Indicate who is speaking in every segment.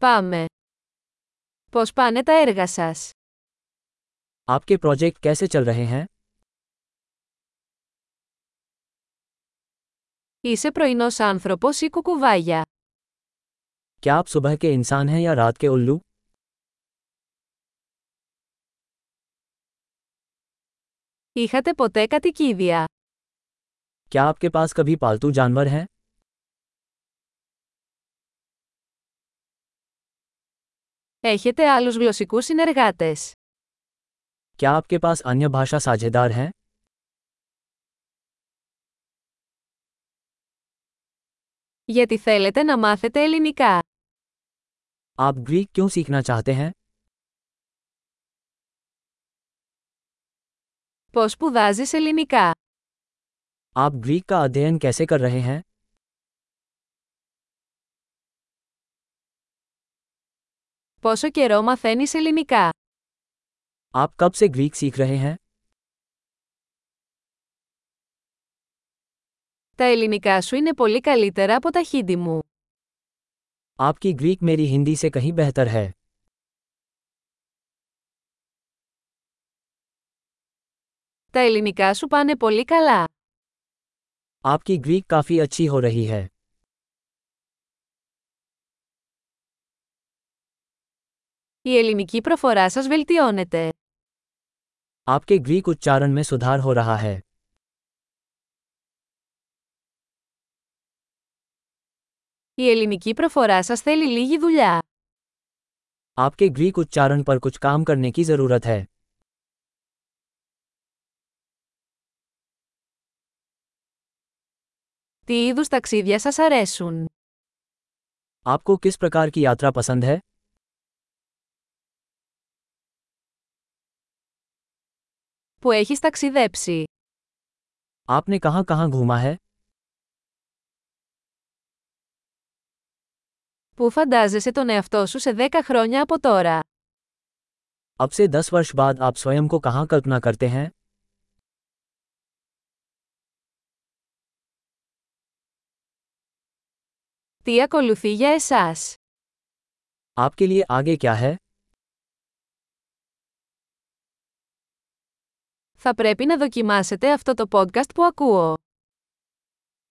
Speaker 1: Πάμε. Πώς πάνε τα έργα σας?
Speaker 2: आपके प्रोजेक्ट कैसे चल रहे हैं
Speaker 1: Είσαι πρωινός άνθρωπος ή κουκουβάγια.
Speaker 2: क्या आप सुबह के इंसान हैं या रात के उल्लू
Speaker 1: Είχατε ποτέ κατοικίδια.
Speaker 2: क्या आपके पास कभी पालतू जानवर हैं
Speaker 1: Έχετε άλλους γλωσσικούς συνεργάτες.
Speaker 2: क्या आपके पास अन्य भाषा साझेदार हैं
Speaker 1: Γιατί θέλετε να μάθετε ελληνικά.
Speaker 2: आप ग्रीक क्यों सीखना चाहते हैं
Speaker 1: Πώς σπουδάζεις ελληνικά.
Speaker 2: आप ग्रीक का अध्ययन कैसे कर रहे हैं
Speaker 1: Πόσο καιρό μαθαίνεις ελληνικά.
Speaker 2: आप कब से ग्रीक सीख रहे हैं
Speaker 1: Τα ελληνικά σου είναι πολύ καλύτερα από τα χίντι μου.
Speaker 2: आपकी ग्रीक मेरी हिंदी से कहीं बेहतर है
Speaker 1: Τα ελληνικά σου πάνε πολύ καλά.
Speaker 2: आपकी ग्रीक काफ़ी अच्छी हो रही है
Speaker 1: Η ελληνική προφορά σας βελτιώνεται.
Speaker 2: आपके ग्रीक उच्चारण में सुधार हो रहा है
Speaker 1: Η ελληνική προφορά σας θέλει λίγη δουλειά.
Speaker 2: आपके ग्रीक उच्चारण पर कुछ काम करने की ज़रूरत है
Speaker 1: Τι είδους ταξίδια σας αρέσουν.
Speaker 2: आपको किस प्रकार की यात्रा पसंद है
Speaker 1: Που έχεις ταξιδέψει.
Speaker 2: आपने कहाँ कहाँ घूमा है
Speaker 1: Πού φαντάζεσαι τον εαυτό σου σε 10 χρόνια από τώρα.
Speaker 2: अब से दस वर्ष बाद आप स्वयं को कहाँ कल्पना करते हैं
Speaker 1: Τι ακολουθεί για εσάς.
Speaker 2: आपके लिए आगे क्या है
Speaker 1: Θα πρέπει να δοκιμάσετε αυτό το podcast που ακούω.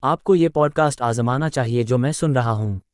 Speaker 2: आपको ये पॉडकास्ट आजमाना चाहिए जो मैं सुन रहा हूँ